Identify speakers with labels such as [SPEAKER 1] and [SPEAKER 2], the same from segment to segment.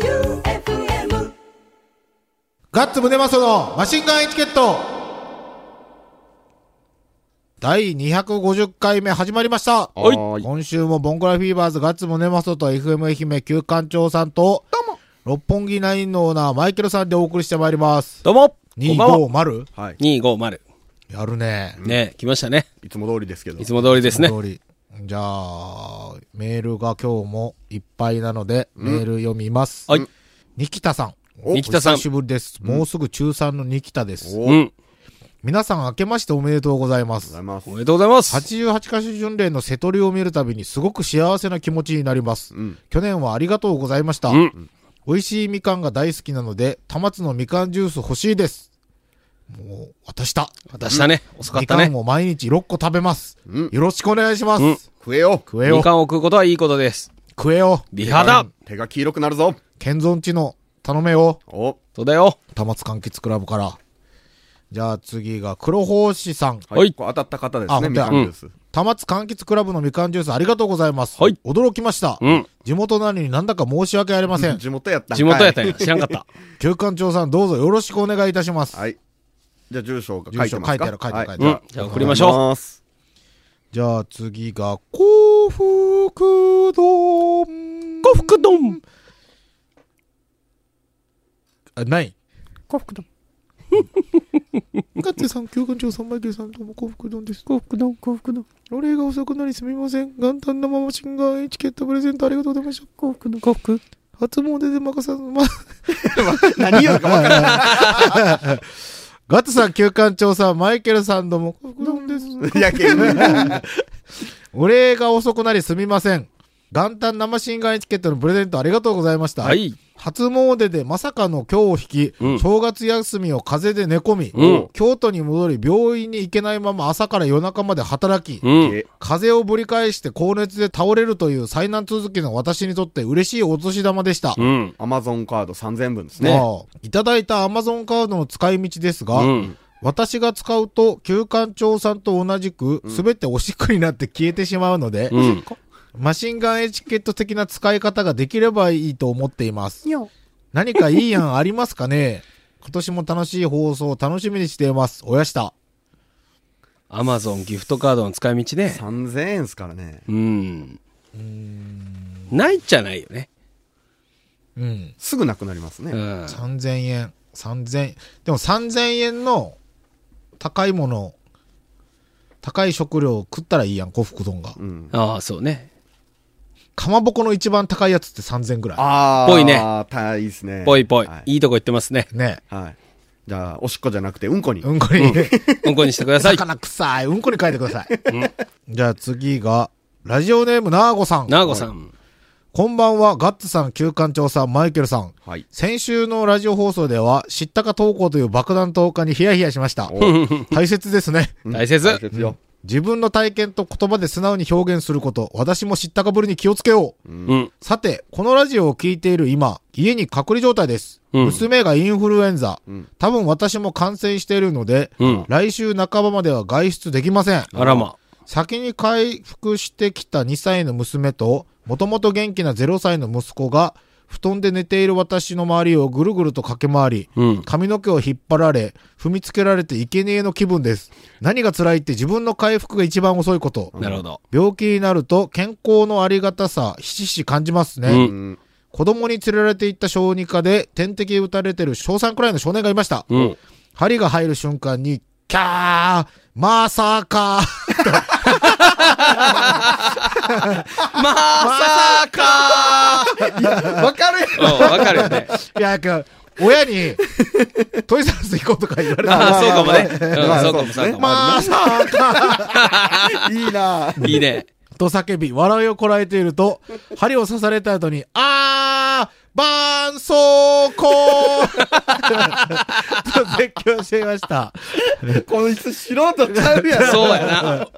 [SPEAKER 1] J-O-E-U-F-M
[SPEAKER 2] ガッツムネマソのマシンガンエチケット第250回目始まりました
[SPEAKER 3] はい
[SPEAKER 2] 今週もボンクラフィーバーズガッツムネマソと FM 愛媛旧館長さんと、六本木ナインのオーナーマイケルさんでお送りしてまいります。
[SPEAKER 3] どうもこんばんは
[SPEAKER 2] 250?
[SPEAKER 4] はい。
[SPEAKER 3] !250。
[SPEAKER 2] やるね。
[SPEAKER 3] ね来ましたね。
[SPEAKER 4] いつも通りですけど。
[SPEAKER 3] いつも通りですね。
[SPEAKER 2] 通り。じゃあ、メールが今日もいっぱいなので、メール読みます。
[SPEAKER 3] はい。
[SPEAKER 2] ニキタさん。
[SPEAKER 3] おニキタさん
[SPEAKER 2] お久しぶりです。もうすぐ中3のニキタです。
[SPEAKER 4] お
[SPEAKER 3] うん。
[SPEAKER 2] 皆さん明けましておめでとうございま
[SPEAKER 4] ご
[SPEAKER 2] す
[SPEAKER 4] ざ。います
[SPEAKER 3] お。めでとうございます。
[SPEAKER 2] 88カ所巡礼の瀬戸りを見るたびにすごく幸せな気持ちになります。
[SPEAKER 4] ん
[SPEAKER 2] 去年はありがとうございました。
[SPEAKER 3] うん。
[SPEAKER 2] 美味しいみかんが大好きなので、田松のみかんジュース欲しいです。もう、渡した。
[SPEAKER 3] 渡したね。遅かっ
[SPEAKER 2] み
[SPEAKER 3] た
[SPEAKER 2] か
[SPEAKER 3] ね
[SPEAKER 2] ん。を毎日6個食べます。
[SPEAKER 4] うん
[SPEAKER 2] よろしくお願いします。
[SPEAKER 3] うん
[SPEAKER 4] 食えよ
[SPEAKER 2] 食え
[SPEAKER 3] み
[SPEAKER 2] よ。
[SPEAKER 3] かんを食うことはいいことです。
[SPEAKER 2] 食えよ。
[SPEAKER 3] 美肌
[SPEAKER 4] 手が黄色くなるぞ
[SPEAKER 2] 健存地の頼めよ。
[SPEAKER 4] お
[SPEAKER 3] そうだよ。
[SPEAKER 2] 田松柑橘クラブから。じゃあ次が黒胞子さん。
[SPEAKER 3] はい
[SPEAKER 4] こう当たった方で
[SPEAKER 2] あ
[SPEAKER 4] すね、
[SPEAKER 2] 本
[SPEAKER 4] み
[SPEAKER 2] 当だ
[SPEAKER 4] かんです。
[SPEAKER 2] 田松柑橘クラブのみかんジュースありがとうございます。
[SPEAKER 3] はい
[SPEAKER 2] 驚きました。
[SPEAKER 3] うん。
[SPEAKER 2] 地元なのになんだか申し訳ありません。
[SPEAKER 4] 地元やったんかい
[SPEAKER 3] 地元やったんや。知らんかった。
[SPEAKER 2] 旧館長さんどうぞよろしくお願いいたします。
[SPEAKER 4] はい。じゃあ住所が書いてますか
[SPEAKER 2] 住所書いてある書いてある書いて
[SPEAKER 3] う
[SPEAKER 2] ある
[SPEAKER 3] ん。じゃあ送りましょ
[SPEAKER 4] う。
[SPEAKER 2] じゃあ次が、幸福丼。
[SPEAKER 3] う。幸福丼
[SPEAKER 2] あ、ない。幸福丼。ガッツさん、教官長さん、マイケルさん、どうも幸福丼です。幸福丼、幸福丼。ロレが遅くなりすみません。元旦生マシンガンエチケットプレゼントありがとうございました。幸福丼。幸福。初詣で任さず、ま、
[SPEAKER 4] 何言うのか分からな
[SPEAKER 2] ガッツさん、教官長さん、マイケルさん、どうも幸福丼です。
[SPEAKER 4] い。いやけど
[SPEAKER 2] お礼が遅くなりすみません。元旦生シンガンエチケットのプレゼントありがとうございました。
[SPEAKER 3] はい。
[SPEAKER 2] 初詣でまさかの今日を引き、
[SPEAKER 3] うん
[SPEAKER 2] 正月休みを風邪で寝込み、
[SPEAKER 3] うん
[SPEAKER 2] 京都に戻り病院に行けないまま朝から夜中まで働き、
[SPEAKER 3] うん。
[SPEAKER 2] 風邪をぶり返して高熱で倒れるという災難続きの私にとって嬉しいお年玉でした。
[SPEAKER 3] うん。
[SPEAKER 4] アマゾンカード3000分です
[SPEAKER 2] ま
[SPEAKER 4] ね。
[SPEAKER 2] あいただいた Amazon カードの使い道ですが、
[SPEAKER 3] うん。
[SPEAKER 2] 私が使うと、旧館長さんと同じく、すべておしっこになって消えてしまうので、
[SPEAKER 3] うん。
[SPEAKER 2] マシンガンエチケット的な使い方ができればいいと思っています。何かいい案ありますかね 今年も楽しい放送を楽しみにしています。おやした。
[SPEAKER 3] アマゾンギフトカードの使い道ね。
[SPEAKER 4] 3000円ですからね。
[SPEAKER 3] うん。ないっちゃないよね。
[SPEAKER 2] うん。
[SPEAKER 4] すぐなくなります
[SPEAKER 3] う
[SPEAKER 4] ね。
[SPEAKER 3] ん。
[SPEAKER 2] 3000円。3000、でも3000円の高いもの、高い食料を食ったらいいやん、幸福丼が。
[SPEAKER 4] うん。
[SPEAKER 3] ああ、そうね。
[SPEAKER 2] かまぼこの一番高いやつって3000ぐら
[SPEAKER 4] あー。
[SPEAKER 3] ぽいね
[SPEAKER 4] たいいですね。
[SPEAKER 3] ぽいぽい
[SPEAKER 4] は。い。
[SPEAKER 3] いいとこ行ってま すね。
[SPEAKER 2] い。ね
[SPEAKER 4] はい。じゃあ、おしっこじゃなくて、うんこに
[SPEAKER 2] え。。うんこに。
[SPEAKER 3] うんこにしてください。
[SPEAKER 2] 魚臭い。うんこに書いてください。じゃあ次が、ラジオネームなーごさん。
[SPEAKER 3] なあごさん。
[SPEAKER 2] こんばんは、ガッツさん、旧館長さん、マイケルさん。
[SPEAKER 4] はい。
[SPEAKER 2] 先週のラジオ放送では、知ったか投稿という爆弾投下にヒヤヒヤしました。大切ですね。
[SPEAKER 3] 大切
[SPEAKER 4] 大。切よ。
[SPEAKER 2] 自分の体験と言葉で素直に表現すること、私も知ったかぶりに気をつけよう。
[SPEAKER 3] うん。
[SPEAKER 2] さて、このラジオを聞いている今、家に隔離状態です。
[SPEAKER 3] うん
[SPEAKER 2] 娘がインフルエンザ。
[SPEAKER 4] うん
[SPEAKER 2] 多分私も感染しているので、
[SPEAKER 3] うん。
[SPEAKER 2] 来週半ばまでは外出できません。
[SPEAKER 3] あらま。
[SPEAKER 2] 先に回復してきた2歳の娘と、もともと元気な0歳の息子が、布団で寝ている私の周りをぐるぐると駆け回り、
[SPEAKER 3] うん。
[SPEAKER 2] 髪の毛を引っ張られ、踏みつけられていけねえの気分です。何が辛いって自分の回復が一番遅いこと。
[SPEAKER 3] なるほど。
[SPEAKER 2] 病気になると健康のありがたさ、ひしひし感じますね。
[SPEAKER 3] う。
[SPEAKER 4] うんん。
[SPEAKER 2] 子供に連れられていった小児科で点滴打たれてる小3くらいの少年がいました。
[SPEAKER 3] うん。
[SPEAKER 2] 針が入る瞬間に、キャーまさか
[SPEAKER 3] まさか
[SPEAKER 4] わかる
[SPEAKER 3] うん、わかるよね。
[SPEAKER 2] いや、なんか、親に、トイザらス行こうとか言われた。
[SPEAKER 3] ああ、そうかもね。
[SPEAKER 4] まあ
[SPEAKER 3] うん、そうか
[SPEAKER 4] そ
[SPEAKER 3] も、
[SPEAKER 4] う
[SPEAKER 3] そう
[SPEAKER 4] ね
[SPEAKER 3] かも。
[SPEAKER 2] まあ、さあか、
[SPEAKER 4] いいなぁ
[SPEAKER 3] いいね。
[SPEAKER 2] と叫び、笑いをこらえていると、針を刺された後に、あー、ばんそうこーと 絶叫していました。
[SPEAKER 4] こいつ素人ちゃうやろ。
[SPEAKER 3] そうやな。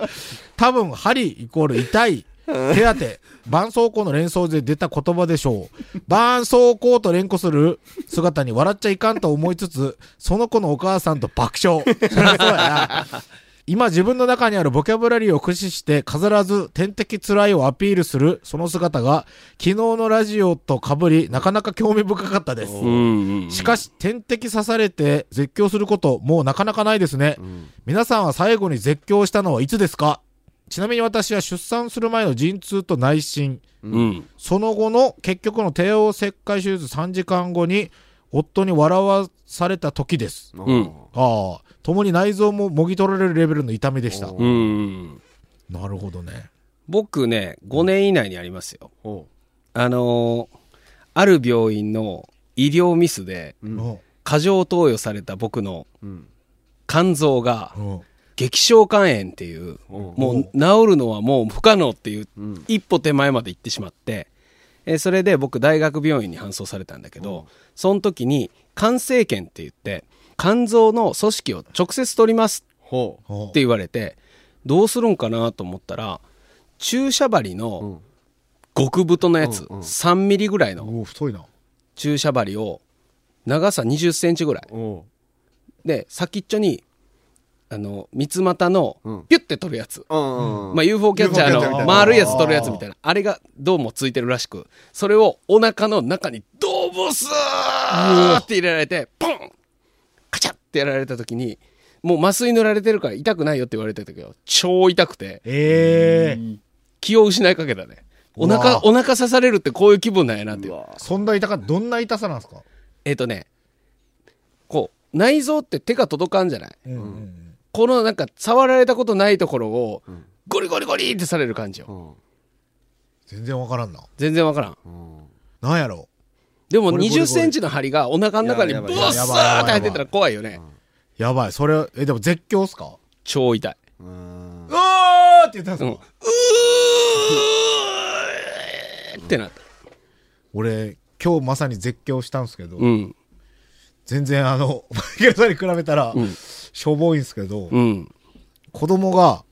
[SPEAKER 2] 多分、針イコール痛い。手当て、絆創膏の連想で出た言葉でしょう。絆創膏と連呼する姿に笑っちゃいかんと思いつつ、その子のお母さんと爆笑。そりゃそうやな。今自分の中にあるボキャブラリーを駆使して飾らず天敵つらいをアピールするその姿が昨日のラジオと被りなかなか興味深かったです。
[SPEAKER 3] うん。
[SPEAKER 2] しかし天敵刺されて絶叫することもうなかなかないですね。皆さんは最後に絶叫したのはいつですかちなみに私は出産する前の陣痛と内心、
[SPEAKER 3] うん。
[SPEAKER 2] その後の結局の帝王切開手術3時間後に夫に笑わされた時です。
[SPEAKER 3] うん
[SPEAKER 2] ああ、共に内臓ももぎ取られるレベルの痛みでした。
[SPEAKER 4] お
[SPEAKER 3] うん。
[SPEAKER 2] なるほどね。
[SPEAKER 3] 僕ね、5年以内にありますよ。
[SPEAKER 4] お
[SPEAKER 3] あのーある病院の医療ミスで、
[SPEAKER 4] うん
[SPEAKER 2] うん
[SPEAKER 3] 過剰投与された僕の
[SPEAKER 4] うん
[SPEAKER 3] 肝臓が、
[SPEAKER 2] うん
[SPEAKER 3] 激小肝炎っていう、
[SPEAKER 4] お
[SPEAKER 3] もう治るのはもう不可能っていう、
[SPEAKER 4] うん
[SPEAKER 3] 一歩手前まで行ってしまって、えーそれで僕大学病院に搬送されたんだけど、その時に肝生検って言って、肝臓の組織を直接取ります
[SPEAKER 4] ほう
[SPEAKER 2] うん
[SPEAKER 3] って言われて、どうするんかなと思ったら、注射針の極太のやつ、
[SPEAKER 4] うんうん
[SPEAKER 3] 3ミリぐらいの
[SPEAKER 2] お太いな。
[SPEAKER 3] 注射針を、長さ20センチぐらい。
[SPEAKER 4] お
[SPEAKER 3] で、先っちょに、あの、三つ股の
[SPEAKER 4] うん、
[SPEAKER 3] ピュッて取るやつ。
[SPEAKER 4] うん
[SPEAKER 3] まあ、UFO キャッチャ
[SPEAKER 4] UFO キャッチャーみ
[SPEAKER 3] ー
[SPEAKER 4] たいな
[SPEAKER 3] の丸いやつ取るやつみたいなあれがどうもついてるらしくそれをお腹の中にドボスーって入れられてポンカチャってやられた時にもう麻酔塗られてるから痛くないよって言われてたけど超痛くて
[SPEAKER 2] ええ
[SPEAKER 3] 気を失いかけたねお
[SPEAKER 2] う
[SPEAKER 3] 腹
[SPEAKER 2] わ
[SPEAKER 3] お腹刺されるってこういう気分なんやなっていう
[SPEAKER 2] そんな痛かどんな痛さなんですか
[SPEAKER 3] えっ、とねこう内臓って手が届かんじゃない
[SPEAKER 2] うんうん
[SPEAKER 3] このなんか触られたことないところをゴリゴリゴリってされる感じよ
[SPEAKER 4] うん
[SPEAKER 2] 全然わからんな。
[SPEAKER 3] 全然わからん
[SPEAKER 4] うん
[SPEAKER 2] なんやろ
[SPEAKER 3] で
[SPEAKER 2] こ
[SPEAKER 3] も
[SPEAKER 2] れこれこれ
[SPEAKER 3] 20センチの針がお腹の中にブ
[SPEAKER 4] や
[SPEAKER 3] ワ
[SPEAKER 4] ば
[SPEAKER 3] ッ
[SPEAKER 4] い
[SPEAKER 3] サーって入ってたら怖いよね。
[SPEAKER 2] やばい。それ、え、でも絶叫っすか
[SPEAKER 3] 超痛い。
[SPEAKER 4] うん
[SPEAKER 2] うわーって言ったんす
[SPEAKER 3] う
[SPEAKER 2] か、
[SPEAKER 3] ん。うーってなった。
[SPEAKER 2] 俺、今日まさに絶叫したんすけど、
[SPEAKER 3] うん。
[SPEAKER 2] 全然あの、 マイケルさんに比べたら、
[SPEAKER 3] うん
[SPEAKER 2] しょぼいんすけど、
[SPEAKER 3] うん。
[SPEAKER 2] 子供が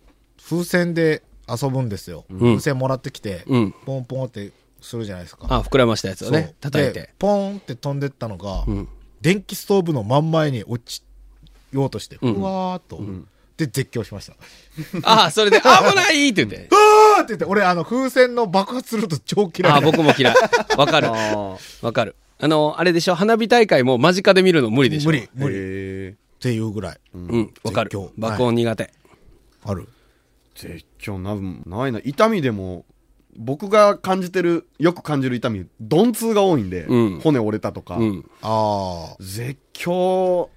[SPEAKER 2] 風船で遊ぶんですよ。
[SPEAKER 3] ん
[SPEAKER 2] 風船もらってきて、
[SPEAKER 3] うん
[SPEAKER 2] ポンポンってするじゃないですか。
[SPEAKER 3] あ、膨らましたやつ
[SPEAKER 2] そ
[SPEAKER 3] を
[SPEAKER 2] う
[SPEAKER 3] ね、叩い
[SPEAKER 2] で
[SPEAKER 3] て。
[SPEAKER 2] ポーンって飛んでったのが、
[SPEAKER 3] うん。
[SPEAKER 2] 電気ストーブの真ん前に落ちようとして、
[SPEAKER 3] ん
[SPEAKER 2] うわーっと、で、絶叫しました。
[SPEAKER 3] あ、それで危ないって言って。
[SPEAKER 2] あーって言って、俺、あの、風船の爆発すると超嫌い。
[SPEAKER 3] あ、僕も嫌い。わかる。
[SPEAKER 4] あ
[SPEAKER 3] わかる。あの、あれでしょ花火大会も間近で見るの無理でしょ
[SPEAKER 2] 無理、
[SPEAKER 4] ー
[SPEAKER 2] 無理。っ
[SPEAKER 4] へえ
[SPEAKER 2] ていうぐらい。
[SPEAKER 3] うん。わかる
[SPEAKER 2] 絶叫。
[SPEAKER 3] 爆音苦手。
[SPEAKER 2] ある。
[SPEAKER 4] 絶叫なんないな痛みでも僕が感じてるよく感じる痛み鈍痛が多いんで、
[SPEAKER 3] うん
[SPEAKER 4] 骨折れたとか、
[SPEAKER 3] うん。
[SPEAKER 2] あ
[SPEAKER 4] 絶叫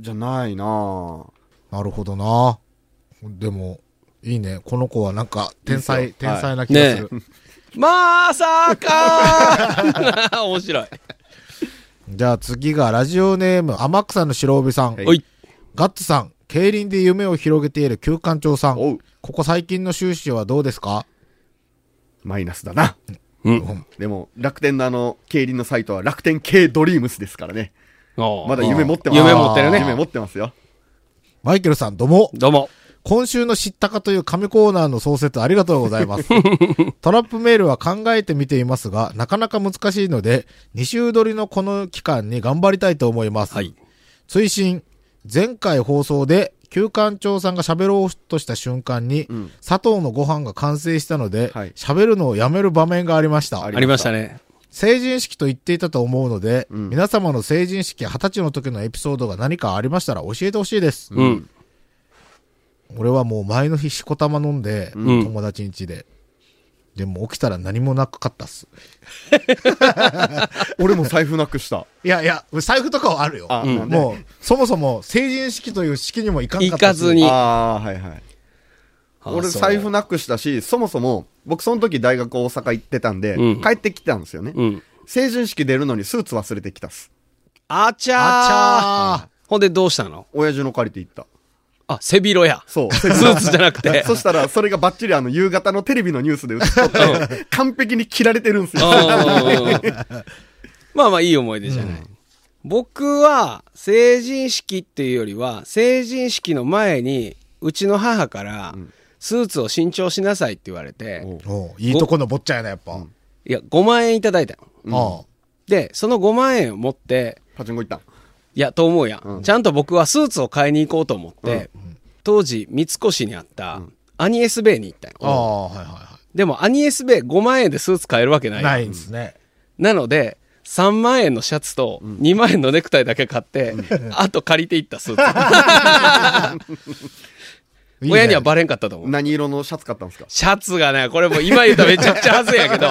[SPEAKER 4] じゃないな
[SPEAKER 2] ー、なるほどな。でも、いいね。この子はなんか、天
[SPEAKER 4] いい
[SPEAKER 2] 才、
[SPEAKER 4] ですよ
[SPEAKER 2] 天才な気がする。
[SPEAKER 3] まさかー 面白い。
[SPEAKER 2] じゃあ次が、ラジオネーム、天草の白帯さん。
[SPEAKER 4] はい
[SPEAKER 3] おい。
[SPEAKER 2] ガッツさん、競輪で夢を広げている旧館長さん。
[SPEAKER 4] おう
[SPEAKER 2] ここ最近の収支はどうですか
[SPEAKER 4] マイナスだな
[SPEAKER 3] うん。
[SPEAKER 4] でも楽天のあの競輪のサイトは楽天系ドリームスですからね
[SPEAKER 3] おー
[SPEAKER 4] まだ夢持ってます
[SPEAKER 3] 夢持ってる
[SPEAKER 4] 夢
[SPEAKER 3] ね。
[SPEAKER 4] 持ってますよ
[SPEAKER 2] マイケルさん、どうも。
[SPEAKER 3] どうも。
[SPEAKER 2] 今週の知ったかという紙コーナーの創設ありがとうござい ます。トラップメールは考えてみていますが、なかなか難しいので、2週撮りのこの期間に頑張りたいと思います。
[SPEAKER 3] はい。
[SPEAKER 2] 追伸、前回放送で、旧館長さんが喋ろうとした瞬間に、
[SPEAKER 4] ん
[SPEAKER 2] 佐藤のご飯が完成したので
[SPEAKER 4] はい、
[SPEAKER 2] 喋、るのをやめる場面がありました。
[SPEAKER 4] あ
[SPEAKER 3] ありましたね。
[SPEAKER 2] 成人式と言っていたと思うので、
[SPEAKER 4] ん
[SPEAKER 2] 皆様の成人式20歳の時のエピソードが何かありましたら教えてほしいです。
[SPEAKER 3] うん。
[SPEAKER 2] 俺はもう前の日しこたま飲んで、
[SPEAKER 3] うん
[SPEAKER 2] 友達ん家で。でも起きたら何もなかったっす。
[SPEAKER 4] 俺も財布なくした
[SPEAKER 2] いやいや、財布とかはあるよ。
[SPEAKER 4] あ、
[SPEAKER 3] ん
[SPEAKER 4] なんで
[SPEAKER 2] もう、そもそも成人式という式にも行かん
[SPEAKER 3] 行
[SPEAKER 2] かったし
[SPEAKER 3] かずに。
[SPEAKER 4] ああはいはい俺財布
[SPEAKER 3] な。
[SPEAKER 4] なくしたしそもそも僕その時大学大阪行ってたんで、
[SPEAKER 3] うん
[SPEAKER 4] 帰ってきたんですよね、
[SPEAKER 3] うん。
[SPEAKER 4] 成人式出るのにスーツ忘れてきたっす
[SPEAKER 3] あちゃー
[SPEAKER 2] あちゃ
[SPEAKER 3] ほんでどうしたの
[SPEAKER 4] 親父の借りて行った
[SPEAKER 3] あ、背広や。
[SPEAKER 4] そう
[SPEAKER 3] スーツじゃなくて。
[SPEAKER 4] そしたらそれがバッチリあの夕方のテレビのニュースで映っとって完璧に切られてるんですよ
[SPEAKER 3] うんまあまあいい思い出じゃない。僕は成人式っていうよりは、成人式の前に、うちの母から、スーツを新調しなさいって言われて、
[SPEAKER 4] おう
[SPEAKER 2] おういいとこの坊ちゃんやな、やっぱ。
[SPEAKER 3] いや、5万円いただいたの。
[SPEAKER 2] あ
[SPEAKER 3] で、その5万円を持って、
[SPEAKER 4] パチンコ行ったん
[SPEAKER 3] いや、と思うやん。
[SPEAKER 4] うん
[SPEAKER 3] ちゃんと僕はスーツを買いに行こうと思って、当時三越にあったアニエスベイに行った
[SPEAKER 2] あ
[SPEAKER 3] よ、
[SPEAKER 2] あ、はいはいは。
[SPEAKER 3] でもアニエスベイ5万円でスーツ買えるわけないい
[SPEAKER 2] ないんですね。
[SPEAKER 3] なので3万円のシャツと2万円のネクタイだけ買って、あと借りていったス ーツ親にはバレんかったと思う
[SPEAKER 4] 何色のシャツ買ったんですか
[SPEAKER 3] シャツがね、これもう今言うとめちゃくちゃはずやけど、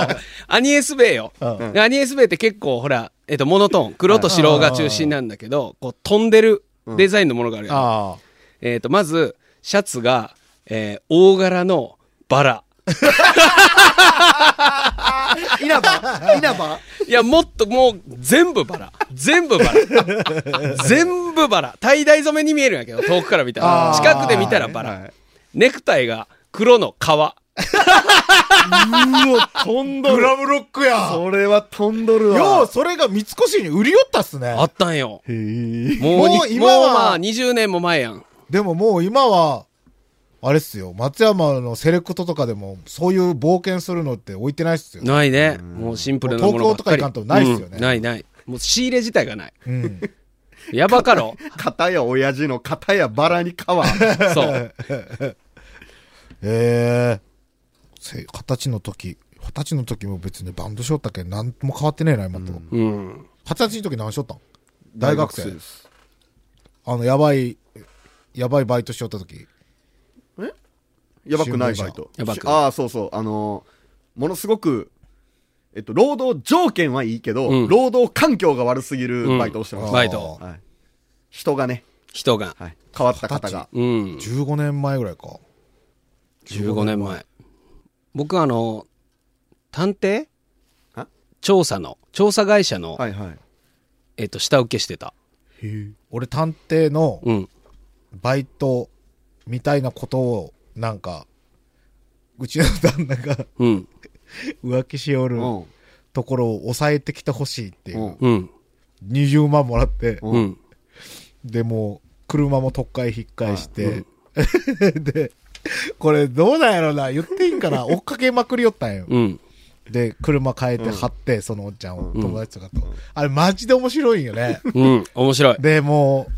[SPEAKER 3] アニエスベイよ。
[SPEAKER 2] うん
[SPEAKER 3] でアニエスベイって結構ほら、えっと、モノトーン、黒と白が中心なんだけど、こう飛んでるデザインのものがあるやん
[SPEAKER 2] あ
[SPEAKER 3] えっと、まず、シャツが、えー大柄のバラ。
[SPEAKER 4] 稲葉稲葉
[SPEAKER 3] いや、もっともう全部バラ。全部バラ。全部バラ。tie ダ染めに見えるんやけど、遠くから見たら。
[SPEAKER 2] あー
[SPEAKER 3] 近くで見たらバ
[SPEAKER 4] は
[SPEAKER 3] ラ
[SPEAKER 4] い。
[SPEAKER 3] ネクタイが黒の革。
[SPEAKER 4] うわ飛ん
[SPEAKER 2] あ。
[SPEAKER 4] ど
[SPEAKER 2] グ
[SPEAKER 4] る
[SPEAKER 2] ラムロックや。
[SPEAKER 4] それは飛んどるわ
[SPEAKER 2] よう、それが三越に売り寄ったっすね
[SPEAKER 3] あ。ったんよ。
[SPEAKER 4] へえ
[SPEAKER 3] もうに
[SPEAKER 2] もう今
[SPEAKER 3] もう
[SPEAKER 2] は
[SPEAKER 3] まあ20年も前やん。
[SPEAKER 2] でももう今は、あれっすよ。松山のセレクトとかでも、そういう冒険するのって置いてないっすよ。
[SPEAKER 3] ないね。もうシンプルなものばっり
[SPEAKER 2] もう東京とか行かんとないっすよね
[SPEAKER 3] うんないない。もう仕入れ自体がない。
[SPEAKER 2] うん。
[SPEAKER 3] やばかろ
[SPEAKER 4] 片や親父の片やバラに川
[SPEAKER 3] そう。
[SPEAKER 2] ええせ二十歳の時、二十歳の時も別にバンドしよったけん、なんとも変わってねえな、今と。二十
[SPEAKER 3] うん。
[SPEAKER 2] 歳の時何しよったん大学
[SPEAKER 4] 大
[SPEAKER 2] 生。
[SPEAKER 4] す
[SPEAKER 2] あの、やばい、やばいバイトしよった時。
[SPEAKER 4] やばくない
[SPEAKER 2] 新聞社
[SPEAKER 4] バイト
[SPEAKER 3] やばくない
[SPEAKER 4] ああそうそうあのーものすごくえっと労働条件はいいけど、
[SPEAKER 3] うん
[SPEAKER 4] 労働環境が悪すぎるバイトをしてました、
[SPEAKER 3] バイト。
[SPEAKER 4] はい、人がね、
[SPEAKER 3] 人が。
[SPEAKER 4] はい、変わった方が
[SPEAKER 3] うん。
[SPEAKER 2] 15年前ぐらいか。
[SPEAKER 3] 15年前。僕あの、探偵
[SPEAKER 4] あ
[SPEAKER 3] 調査の、調査会社の、
[SPEAKER 4] はいはい
[SPEAKER 3] えっと、下請けしてた。
[SPEAKER 2] 俺探偵の
[SPEAKER 3] うん。
[SPEAKER 2] バイトみたいなことを、なんか、うちの旦那が
[SPEAKER 3] うん。
[SPEAKER 2] 浮気しおる
[SPEAKER 4] うん
[SPEAKER 2] ところを抑えてきてほしいっていうう。
[SPEAKER 4] ん
[SPEAKER 3] うん。
[SPEAKER 2] 20万もらって、
[SPEAKER 4] うん
[SPEAKER 3] うん。
[SPEAKER 2] で、もう、車も特会引っ返して、 で、これどうなんやろな、言っていいんかな、追っかけまくりよったんよ。
[SPEAKER 3] うん。
[SPEAKER 2] で、車変えて貼って、そのおっちゃんを、
[SPEAKER 4] うん
[SPEAKER 2] 友達とかと。あれ、マジで面白いんよね。
[SPEAKER 3] うん。 面白い。
[SPEAKER 2] で、もう、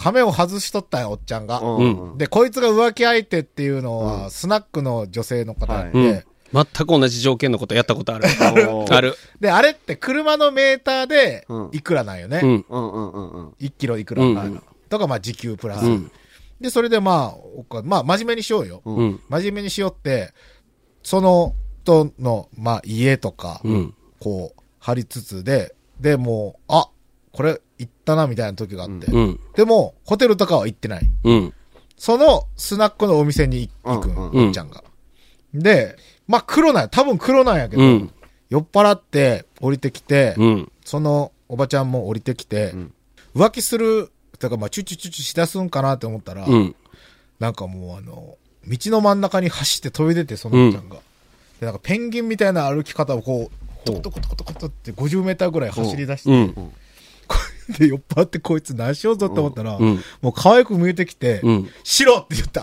[SPEAKER 2] ハメを外しとったんよ、おっちゃんが。
[SPEAKER 4] うん
[SPEAKER 2] で、こいつが浮気相手っていうの
[SPEAKER 4] う
[SPEAKER 2] は、スナックの女性の方で、
[SPEAKER 3] う
[SPEAKER 4] は
[SPEAKER 3] ん。全く同じ条件のことやったことある。あ
[SPEAKER 4] る
[SPEAKER 3] る。
[SPEAKER 2] で、あれって車のメーターで
[SPEAKER 4] うん、
[SPEAKER 2] いくらなんよね。
[SPEAKER 3] うん。
[SPEAKER 4] うんうんうんうん
[SPEAKER 2] 1キロいくら、
[SPEAKER 3] うん
[SPEAKER 2] とか、まあ、時給プラス。
[SPEAKER 3] うん。
[SPEAKER 2] で、それでまあ、おかまあ、真面目にしようよ。
[SPEAKER 3] うん。
[SPEAKER 2] 真面目にしようって、その人の、まあ、家とか、
[SPEAKER 3] うん。
[SPEAKER 2] こう、貼りつつで、で、もう、あ、これ、行ったな、みたいな時があって。
[SPEAKER 3] うん。
[SPEAKER 2] でも、ホテルとかは行ってない。
[SPEAKER 3] うん。
[SPEAKER 2] その、スナックのお店に行くん、
[SPEAKER 4] うん
[SPEAKER 3] うん
[SPEAKER 2] おっちゃんが。で、まあ、黒なんや。多分黒なんやけど、
[SPEAKER 3] うん
[SPEAKER 2] 酔っ払って、降りてきて、
[SPEAKER 3] うん。
[SPEAKER 2] その、おばちゃんも降りてきて、
[SPEAKER 4] ん
[SPEAKER 2] 浮気する、とか、まあ、チュチュチュチュしだすんかなって思ったら、
[SPEAKER 3] うん。
[SPEAKER 2] なんかもうあの、道の真ん中に走って飛び出て、そのおっちゃんが。で、なんかペンギンみたいな歩き方をこう、トコトコトコトコトコって50メーターぐらい走り出して、
[SPEAKER 3] うん。
[SPEAKER 2] こうで、酔っ払ってこいつ何しようぞって思ったら、
[SPEAKER 3] うんうん
[SPEAKER 2] もう可愛く見えてきて、
[SPEAKER 3] うん
[SPEAKER 2] 白って言った。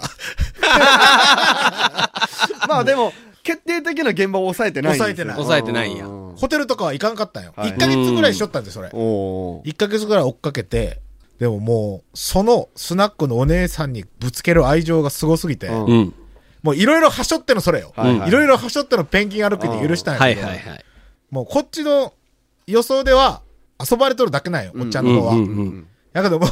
[SPEAKER 4] まあでも決定的な現場を抑えてないんです
[SPEAKER 2] 抑え
[SPEAKER 4] よ
[SPEAKER 2] てない
[SPEAKER 3] 抑えてないんや
[SPEAKER 4] うん
[SPEAKER 2] ホテルとかは行かんかったんよ。
[SPEAKER 4] はい
[SPEAKER 2] 1ヶ月ぐらいしょったんで、それ。
[SPEAKER 4] おー
[SPEAKER 2] 1ヶ月ぐらい追っかけて、でももう、そのスナックのお姉さんにぶつける愛情がすごすぎて、
[SPEAKER 4] うん
[SPEAKER 3] うん。
[SPEAKER 2] もういろいろはしょってのそれよ。
[SPEAKER 4] はいいはい
[SPEAKER 2] ろいろはしょってのペンギン歩きで許したんや
[SPEAKER 3] は
[SPEAKER 2] け
[SPEAKER 3] い
[SPEAKER 2] ど、
[SPEAKER 3] はいはい。
[SPEAKER 2] もうこっちの予想では遊ばれとるだけなんよ、
[SPEAKER 4] うん
[SPEAKER 2] おっちゃんの方は。
[SPEAKER 3] うん
[SPEAKER 4] うんうん
[SPEAKER 2] だけどもう、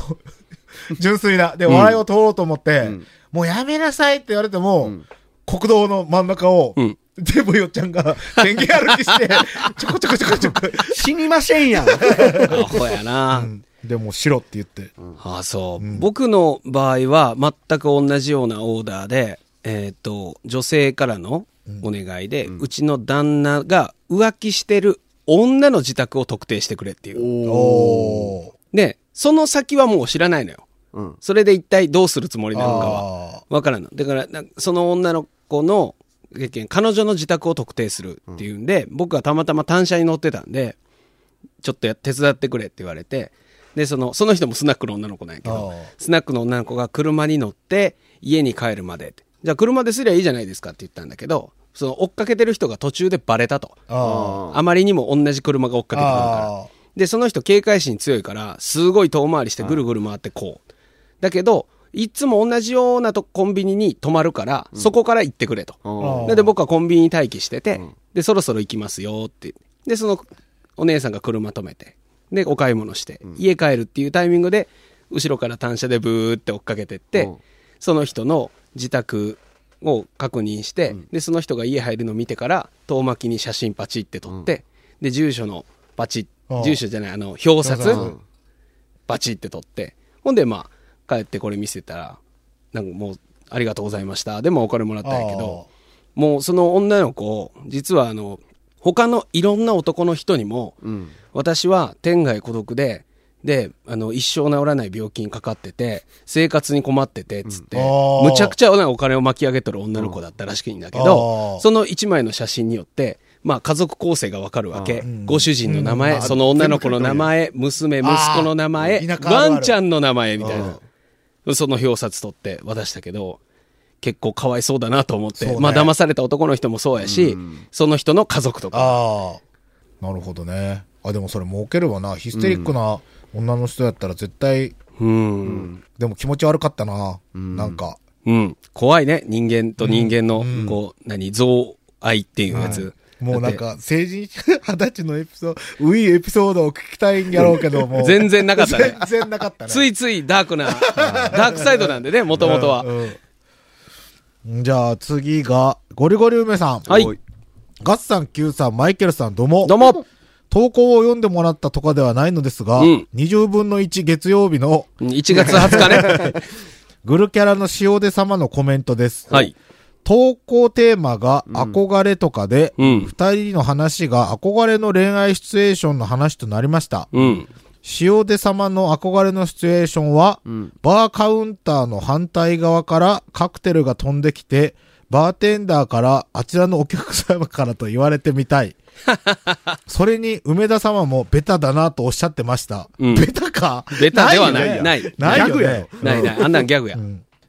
[SPEAKER 2] 純粋な。で、笑いを取ろうと思って、
[SPEAKER 4] ん
[SPEAKER 2] もうやめなさいって言われても、
[SPEAKER 4] ん
[SPEAKER 2] 国道の真ん中を、
[SPEAKER 3] うん
[SPEAKER 2] 全部よっちゃんが電気歩き して、ちょこちょこちょこちょこ。
[SPEAKER 4] 死にませんやん
[SPEAKER 3] アホやな。
[SPEAKER 2] でも、白って言って。
[SPEAKER 3] ああそう、僕の場合は全く同じようなオーダーで、えー、と女性からのお願いで、うちの旦那が浮気してる女の自宅を特定してくれっていう
[SPEAKER 2] おー。
[SPEAKER 3] でその先はもう知らないのよ
[SPEAKER 4] うん
[SPEAKER 3] それで一体どうするつもりなのかは
[SPEAKER 2] あー
[SPEAKER 3] わからんのだからなその女の子のえー彼女の自宅を特定するっていうんで、僕はたまたま単車に乗ってたんでちょっとや手伝ってくれって言われてでそのその人もスナックの女の子なんやけど
[SPEAKER 2] ああ
[SPEAKER 3] スナックの女の子が車に乗って家に帰るまでってじゃあ車ですりゃいいじゃないですかって言ったんだけどその追っかけてる人が途中でバレたと
[SPEAKER 2] あ
[SPEAKER 3] あまりにも同じ車が追っかけてくる
[SPEAKER 2] あ
[SPEAKER 3] か
[SPEAKER 2] ー
[SPEAKER 3] らでその人警戒心強いからすごい遠回りしてぐるぐる回ってこうだけどいつも同じようなとこコンビニに泊まるから、そこから行ってくれと。
[SPEAKER 4] あ
[SPEAKER 2] あ
[SPEAKER 3] で、で僕はコンビニ待機してて、
[SPEAKER 4] ん
[SPEAKER 3] で、そろそろ行きますよって。で、その、お姉さんが車止めて、で、お買い物して、家帰るっていうタイミングで、後ろから単車でブーって追っかけてって、
[SPEAKER 4] うん
[SPEAKER 3] その人の自宅を確認して、で、その人が家入るの見てから、遠巻きに写真パチって撮って、で、住所のパチ
[SPEAKER 2] ああ
[SPEAKER 3] 住所じゃない、あの、表札、
[SPEAKER 2] 表札
[SPEAKER 3] バチって取って、ほんで、まあ、帰ってこれ見せたら、なんかもう、ありがとうございました。で、まあ、お金もらったんやけど、もう、その女の子、実は、あの、他のいろんな男の人にも、
[SPEAKER 4] うん
[SPEAKER 3] 私は天涯孤独で、で、あの、一生治らない病気にかかってて、生活に困ってて、つって、
[SPEAKER 2] うんあー
[SPEAKER 3] むちゃくちゃなお金を巻き上げとる女の子だったらしいんだけど、
[SPEAKER 2] あー
[SPEAKER 3] その一枚の写真によって、まあ、家族構成がわかるわけ。
[SPEAKER 2] うん
[SPEAKER 3] ご主人の名前、
[SPEAKER 4] うん
[SPEAKER 3] その女の子の名前、娘、息子の名前、
[SPEAKER 2] あー田舎あるあ
[SPEAKER 3] ワ
[SPEAKER 2] る
[SPEAKER 3] ンちゃんの名前みたいな。その表札取って渡したけど、結構かわいそうだなと思っ
[SPEAKER 2] そ
[SPEAKER 3] て、
[SPEAKER 2] うね
[SPEAKER 3] まあ、騙された男の人もそうやし、その人の家族とか。
[SPEAKER 2] ああ。なるほどね。あ、でもそれ儲けるわな。ヒステリックな女の人やったら絶対、
[SPEAKER 3] うん
[SPEAKER 2] でも気持ち悪かったな。なんか。
[SPEAKER 3] うん。怖いね。人間と人間の、こう、何、憎愛っていうやつ。
[SPEAKER 2] もうなん
[SPEAKER 3] だっ
[SPEAKER 2] か、成人、二十歳のエピソード、ウィーエピソードを聞きたいんやろうけ ど
[SPEAKER 3] て。
[SPEAKER 2] も。
[SPEAKER 3] 全然なかったね
[SPEAKER 2] 全。然なかったね。
[SPEAKER 3] ついついダークな、ダークサイドなんでね、もともとは。
[SPEAKER 2] うんうんじゃあ次が、ゴリゴリ梅さん。
[SPEAKER 3] はい。
[SPEAKER 2] ガッツさん、キューさん、マイケルさん、どうも。
[SPEAKER 3] どうも。
[SPEAKER 2] 投稿を読んでもらったとかではないのですが、
[SPEAKER 3] うん
[SPEAKER 2] 20分の1月曜日の
[SPEAKER 3] 1月20日ね。
[SPEAKER 2] グルキャラの塩出様のコメントです。
[SPEAKER 3] はい。
[SPEAKER 2] 投稿テーマが憧れとかで、
[SPEAKER 3] う
[SPEAKER 2] 二
[SPEAKER 3] ん
[SPEAKER 2] 人の話が憧れの恋愛シチュエーションの話となりました。
[SPEAKER 3] うん。
[SPEAKER 2] 塩出様の憧れのシチュエーションは、バーカウンターの反対側からカクテルが飛んできて、バーテンダーからあちらのお客様からと言われてみ たい。それに梅田様もベタだなとおっしゃってました。
[SPEAKER 3] うん
[SPEAKER 2] ベタか
[SPEAKER 3] ベタでは
[SPEAKER 2] よ
[SPEAKER 3] な
[SPEAKER 2] ね
[SPEAKER 3] い。ない。
[SPEAKER 2] ないよ
[SPEAKER 4] ギャグや
[SPEAKER 2] ね
[SPEAKER 4] ろ。
[SPEAKER 3] ないない。あんなんギャグや。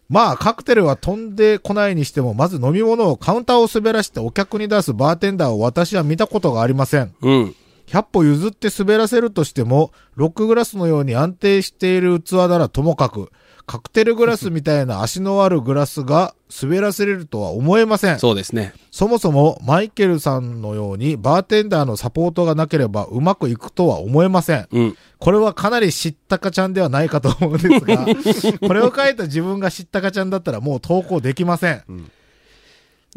[SPEAKER 2] まあ、カクテルは飛んでこないにしても、まず飲み物をカウンターを滑らしてお客に出すバーテンダーを私は見たことがありません。
[SPEAKER 3] うん。
[SPEAKER 2] 100歩譲って滑らせるとしても、ロックグラスのように安定している器ならともかく、カクテルグラスみたいな足のあるグラスが滑らせれるとは思えません。そ
[SPEAKER 3] そうですね。
[SPEAKER 2] もそもマイケルさんのようにバーテンダーのサポートがなければうまくいくとは思えません。
[SPEAKER 3] うん。
[SPEAKER 2] これはかなり知ったかちゃんではないかと思うんですが、 これを書いた自分が知ったかちゃんだったらもう投稿できません。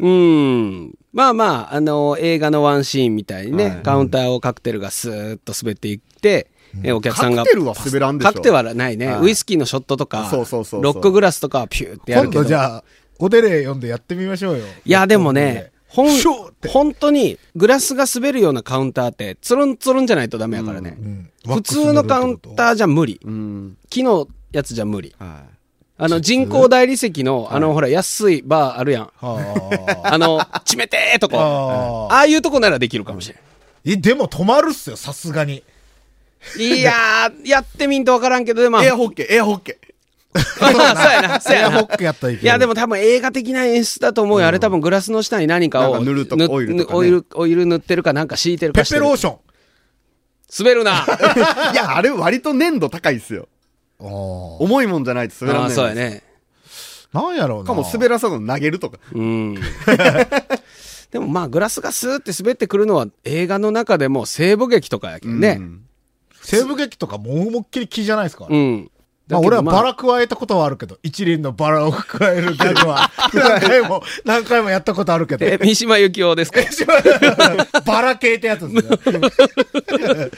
[SPEAKER 3] うん。まあまあ、あの映画のワンシーンみたいにね、
[SPEAKER 4] はい
[SPEAKER 3] カウンターをカクテルがスーッと滑っていって、えお客さんが。
[SPEAKER 4] カクテルは滑らんでしょ
[SPEAKER 3] カクテルはないね、
[SPEAKER 4] はい
[SPEAKER 3] ウイスキーのショットとか、
[SPEAKER 4] そうそうそうそう
[SPEAKER 3] ロックグラスとかはピューってやる
[SPEAKER 2] 今
[SPEAKER 3] けど。
[SPEAKER 2] 度じゃあ、おでれ読んでやってみましょうよ。
[SPEAKER 3] いや、でもね、ほん
[SPEAKER 2] シューって
[SPEAKER 3] 本当にグラスが滑るようなカウンターって、つるんつるんじゃないとダメやからね。
[SPEAKER 2] ん
[SPEAKER 3] 普通のカウンターじゃ無理。
[SPEAKER 4] うん
[SPEAKER 3] 木のやつじゃ無理。
[SPEAKER 4] はい
[SPEAKER 3] あの、人工大理石の、あの、ほら、安いバーあるやん。
[SPEAKER 2] はあ。
[SPEAKER 3] あの、ちめてーとこ。
[SPEAKER 2] あ
[SPEAKER 3] あ
[SPEAKER 2] ー
[SPEAKER 3] あいうとこならできるかもしれん。
[SPEAKER 2] え、でも止まるっすよ、さすがに。
[SPEAKER 3] いや ー、やってみんとわからんけど、でも、まあ
[SPEAKER 4] エアホッケーエアホッケ
[SPEAKER 3] そうやな、そう
[SPEAKER 2] エ
[SPEAKER 3] や
[SPEAKER 2] ア
[SPEAKER 3] な
[SPEAKER 2] ホ。ックやったらいける。
[SPEAKER 3] いや、でも多分映画的な演出だと思うよ。あれ多分グラスの下に何か
[SPEAKER 4] な
[SPEAKER 3] を
[SPEAKER 4] んか塗ると
[SPEAKER 3] ぬ
[SPEAKER 4] オイルとかね
[SPEAKER 3] オイル、オイル塗ってるかなんか敷いてる
[SPEAKER 2] ペ
[SPEAKER 3] か
[SPEAKER 2] ッ
[SPEAKER 3] して
[SPEAKER 2] ペ
[SPEAKER 3] る
[SPEAKER 2] ローション。
[SPEAKER 3] 滑る な
[SPEAKER 4] ーいやあれ割と粘度高いっすよ
[SPEAKER 2] あ
[SPEAKER 4] 重いもんじゃないと滑ら
[SPEAKER 3] あ
[SPEAKER 4] な
[SPEAKER 3] あ、
[SPEAKER 4] い
[SPEAKER 3] そうやね。
[SPEAKER 2] あ。なんやろうな。
[SPEAKER 4] しかも滑らさず投げるとか
[SPEAKER 3] うん。でもまあ、グラスがスーって滑ってくるのは映画の中でも西部劇とかやけどね
[SPEAKER 4] う。ん
[SPEAKER 2] 西部劇とかもう思いっきり木じゃないですか。
[SPEAKER 3] うん。
[SPEAKER 2] まあ俺はバ
[SPEAKER 3] ラ
[SPEAKER 2] ラ加えたことはあるけど、一輪のバラを加えるギャグ は何回も、何回もやったことあるけど。
[SPEAKER 3] え、三島由紀夫ですか
[SPEAKER 2] バラ系ってやつですね。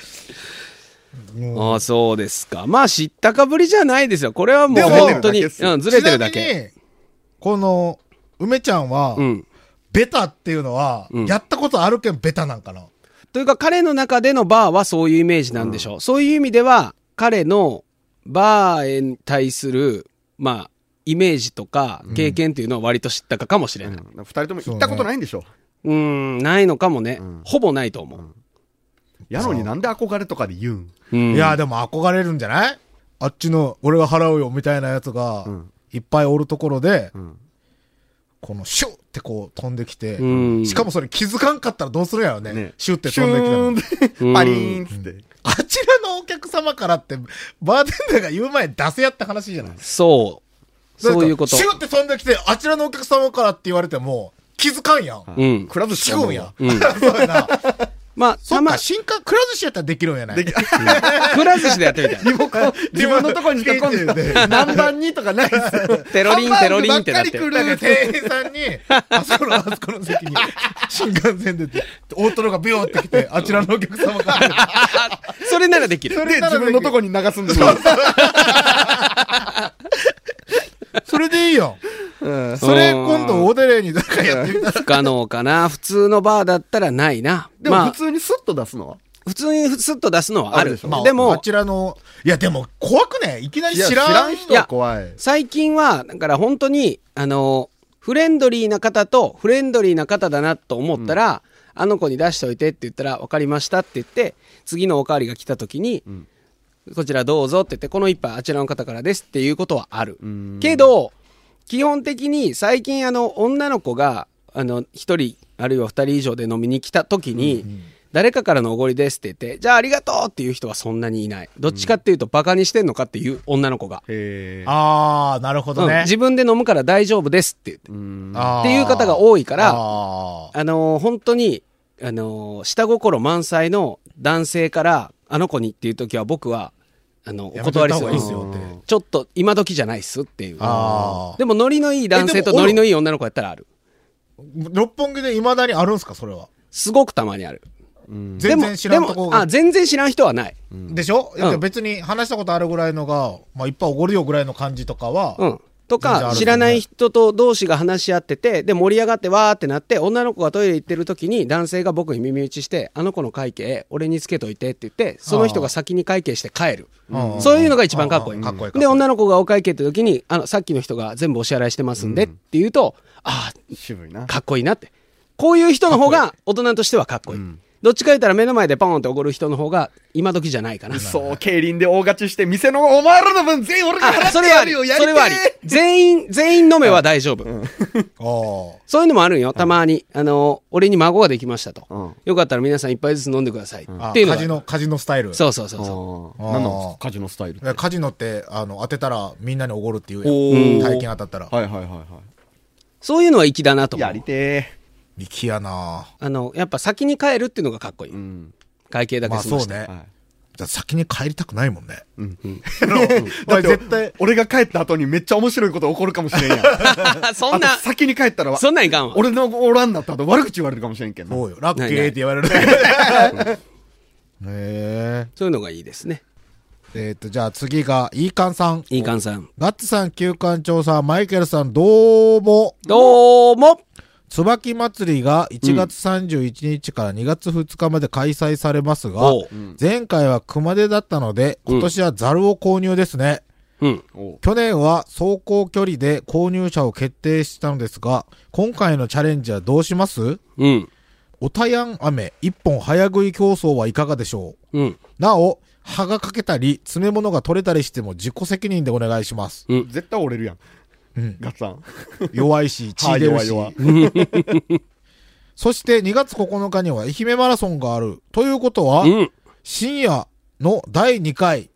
[SPEAKER 3] ああ、そうですか。まあ、知ったかぶりじゃないですよ。これはもう
[SPEAKER 4] でも
[SPEAKER 3] 本当に、
[SPEAKER 4] ずれてるだけっすよ
[SPEAKER 3] うん、ずれてるだけ。
[SPEAKER 2] ちなみに。この、梅ちゃんは、
[SPEAKER 3] うん。
[SPEAKER 2] ベタっていうのは、
[SPEAKER 3] うん
[SPEAKER 2] やったことあるけんベタなんかな。
[SPEAKER 3] というか、彼の中でのバーはそういうイメージなんでしょう。そういう意味では、彼のバーに対する、まあ、イメージとか経験っていうのは割と知ったかかもしれない。う
[SPEAKER 4] 二人とも行ったことないんでしょ
[SPEAKER 3] ーん、ないのかもね、ほぼないと思う。
[SPEAKER 4] やのになんで憧れとかで言うん
[SPEAKER 3] うん
[SPEAKER 2] いや、でも憧れるんじゃないあっちの、俺が払うよみたいなやつが
[SPEAKER 4] ん、
[SPEAKER 2] いっぱいおるところで、
[SPEAKER 4] ん
[SPEAKER 2] このシュッってこう飛んできて、
[SPEAKER 3] うん
[SPEAKER 2] しかもそれ気づかんかったらどうするんやろね。
[SPEAKER 4] ね
[SPEAKER 2] シュッって飛んできたの。
[SPEAKER 4] シューンって
[SPEAKER 3] うん
[SPEAKER 4] パリーンっつって
[SPEAKER 2] あちらのお客様からって、バーテンダーが言う前に出せやった話じゃない
[SPEAKER 3] そそういうこと
[SPEAKER 2] シューって飛んできて、あちらのお客様からって言われても、気づかんやん。
[SPEAKER 3] うん
[SPEAKER 4] くら寿司
[SPEAKER 2] 仕
[SPEAKER 4] かも
[SPEAKER 2] 組んや。
[SPEAKER 3] うん
[SPEAKER 2] そうやな。
[SPEAKER 3] まあ、
[SPEAKER 2] そ
[SPEAKER 3] た
[SPEAKER 2] っ
[SPEAKER 3] ま
[SPEAKER 2] か、、新刊くら寿司やったらできるんやない
[SPEAKER 3] くら寿司でやってみたい。
[SPEAKER 4] リモコン自分のとこにしか来んねんで何番にとかないっすよ
[SPEAKER 3] テロリン、テロリンってなって。
[SPEAKER 2] なんか店員さんに、 あそこの、あそこの席に、新幹線で、大トロがビヨーってきて、あちらのお客様から、
[SPEAKER 3] それならできる。
[SPEAKER 2] れ
[SPEAKER 4] で
[SPEAKER 2] なら
[SPEAKER 4] 自分のとこに流すんですよ
[SPEAKER 2] それでいいよ。それ、今度、大手レに、なんかやってみたら、
[SPEAKER 3] 不可能かな。普通のバーだったらないな。
[SPEAKER 4] でも
[SPEAKER 3] まあ
[SPEAKER 4] 普、通にスッと出すのは
[SPEAKER 3] 普通にスッと出すのはあ
[SPEAKER 4] ある
[SPEAKER 3] る
[SPEAKER 4] でし。ょ
[SPEAKER 2] まあ、
[SPEAKER 3] で
[SPEAKER 2] あ
[SPEAKER 3] も、
[SPEAKER 2] ちらの、いや、でも、怖くねいきなり
[SPEAKER 4] いや
[SPEAKER 2] 知
[SPEAKER 4] 知
[SPEAKER 2] らん。
[SPEAKER 4] らん人
[SPEAKER 3] いや
[SPEAKER 4] は怖い
[SPEAKER 3] 最近は、だから本当に、あの、フレンドリーな方とフレンドリーな方だなと思ったら、あの子に出しておいてって言ったら、分かりましたって言って、次のおかわりが来た時に、こちらどうぞって言って、この一杯あちらの方からですっていうことはある。けど、基本的に最近あの、女の子が、あの、一人、あるいは二人以上で飲みに来た時に、誰かからのおごりですって言って、じゃあありがとうっていう人はそんなにいない。どっちかっていうと、バカにしてんのかっていう女の子が。
[SPEAKER 4] へー
[SPEAKER 2] あー、なるほど
[SPEAKER 3] うん
[SPEAKER 2] ね。
[SPEAKER 3] 自分で飲むから大丈夫ですって言って。
[SPEAKER 4] うん
[SPEAKER 2] っ
[SPEAKER 3] っていう方が多いから
[SPEAKER 2] あー
[SPEAKER 3] あのー本当に、あのー下心満載の男性から、あの子にっていう時は僕は、あの、お
[SPEAKER 2] やめと
[SPEAKER 3] 断
[SPEAKER 2] い
[SPEAKER 3] り
[SPEAKER 2] た
[SPEAKER 3] す
[SPEAKER 2] 方
[SPEAKER 3] る
[SPEAKER 2] がいいっ
[SPEAKER 3] んです
[SPEAKER 2] すよ
[SPEAKER 3] よ。
[SPEAKER 2] って。
[SPEAKER 3] ちょっと今時じゃないっすっていう。
[SPEAKER 2] あー
[SPEAKER 3] でもノリのいい男性と
[SPEAKER 2] えでも
[SPEAKER 3] ノリのいい女の子やったらある。
[SPEAKER 2] 六本木で未だにあるんすか、それは。
[SPEAKER 3] すごくたまにある。で
[SPEAKER 2] 全
[SPEAKER 3] も
[SPEAKER 2] 然知らんと
[SPEAKER 3] で
[SPEAKER 2] こ
[SPEAKER 3] もあ、
[SPEAKER 2] が。
[SPEAKER 3] 全然知らん人はない。
[SPEAKER 2] でしょい
[SPEAKER 3] うん
[SPEAKER 2] や別に話したことあるぐらいのが、まあ、いっぱいおごるよぐらいの感じとかは、
[SPEAKER 3] うん。と
[SPEAKER 2] 全然あ
[SPEAKER 3] か、
[SPEAKER 2] る
[SPEAKER 3] 知らない人と同士が話し合ってて、で、盛り上がってわーってなって、女の子がトイレ行ってる時に、男性が僕に耳打ちして、あの子の会計、俺につけといてって言って、その人が先に会計して帰る。
[SPEAKER 2] うん
[SPEAKER 3] そういうのが一番かっこいい。
[SPEAKER 2] うんかっこいいかっこいい
[SPEAKER 3] で、女の子がお会計って時に、あの、さっきの人が全部お支払いしてますんでって言うと、あ
[SPEAKER 4] 渋い
[SPEAKER 3] あ、
[SPEAKER 4] な
[SPEAKER 3] かっこいいなって。こういう人の方が、大人としてはかっこいい。どっちか言ったら目の前でポンって怒る人の方が、今時じゃないかな。
[SPEAKER 4] そう競輪で大勝ちして店のお前らの分全員俺が払
[SPEAKER 3] あ、
[SPEAKER 4] って
[SPEAKER 3] それは
[SPEAKER 4] や
[SPEAKER 3] あ
[SPEAKER 4] る
[SPEAKER 3] り。
[SPEAKER 4] よや
[SPEAKER 3] そ
[SPEAKER 4] り
[SPEAKER 3] れはあ
[SPEAKER 4] た
[SPEAKER 3] り
[SPEAKER 4] い。
[SPEAKER 3] 全員、全員飲めは大丈夫。
[SPEAKER 2] あー
[SPEAKER 3] そういうのもあるんよ、たまに。あの、俺に孫ができましたと。
[SPEAKER 4] うん
[SPEAKER 3] よかったら皆さん一杯ずつ飲んでください。
[SPEAKER 2] あ
[SPEAKER 3] っていうの
[SPEAKER 2] カジ
[SPEAKER 3] が。
[SPEAKER 2] ノ、カジノスタイル。
[SPEAKER 3] そうそうそうそ
[SPEAKER 4] 何なんですかカジノスタイルって
[SPEAKER 2] いやカジノって、あの、当てたらみんなにおごるっていうやん
[SPEAKER 4] おー
[SPEAKER 2] 体験当たったら。
[SPEAKER 4] はいはいはいは
[SPEAKER 3] う。そういうのは粋だなと
[SPEAKER 4] い
[SPEAKER 3] 思
[SPEAKER 4] や
[SPEAKER 3] う
[SPEAKER 4] り。て
[SPEAKER 2] 力やな
[SPEAKER 3] あの、やっぱ先に帰るっていうのがかっこいい。
[SPEAKER 4] えうん
[SPEAKER 3] 会計だけ
[SPEAKER 2] まあ
[SPEAKER 3] 済ま
[SPEAKER 2] そう
[SPEAKER 3] して。
[SPEAKER 2] ね。
[SPEAKER 4] はい
[SPEAKER 2] じゃあ先に帰りたくないもんね。
[SPEAKER 4] うん うん
[SPEAKER 2] だって
[SPEAKER 4] 絶対、俺が帰った後にめっちゃ面白いこと起こるかもしれんやん。
[SPEAKER 3] そん
[SPEAKER 4] あ
[SPEAKER 3] な
[SPEAKER 4] と、先に帰ったら、
[SPEAKER 3] そんなんいかんわ。
[SPEAKER 4] 俺のおらんなった後悪口言われるかもしれんけどな。
[SPEAKER 2] そうよ。ラッキーって言われる。 へえ。
[SPEAKER 3] そういうのがいいですね。
[SPEAKER 2] えっと、じゃあ次が、イーカンさん。
[SPEAKER 3] いい感さん。
[SPEAKER 2] ガッツさん、旧館長さん、マイケルさん、どうも。
[SPEAKER 3] どうも
[SPEAKER 2] 椿祭りが1月31日から2月2日まで開催されますが、
[SPEAKER 3] おう
[SPEAKER 2] 前回は熊手だったので、
[SPEAKER 3] うん
[SPEAKER 2] 今年はザルを購入ですね。
[SPEAKER 3] うん。
[SPEAKER 4] おう
[SPEAKER 2] 去年は走行距離で購入者を決定したのですが、今回のチャレンジはどうします
[SPEAKER 3] うん。
[SPEAKER 2] おたやん飴一本早食い競争はいかがでしょ
[SPEAKER 3] うん。
[SPEAKER 2] うなお、歯が欠けたり、詰め物が取れたりしても自己責任でお願いします。
[SPEAKER 4] 絶対折れるやん。
[SPEAKER 2] うん
[SPEAKER 4] ガッツさん。
[SPEAKER 2] 弱いし、血出るし。そして2月9日には愛媛マラソンがある。ということは、
[SPEAKER 3] うん。
[SPEAKER 2] 深夜の第2回、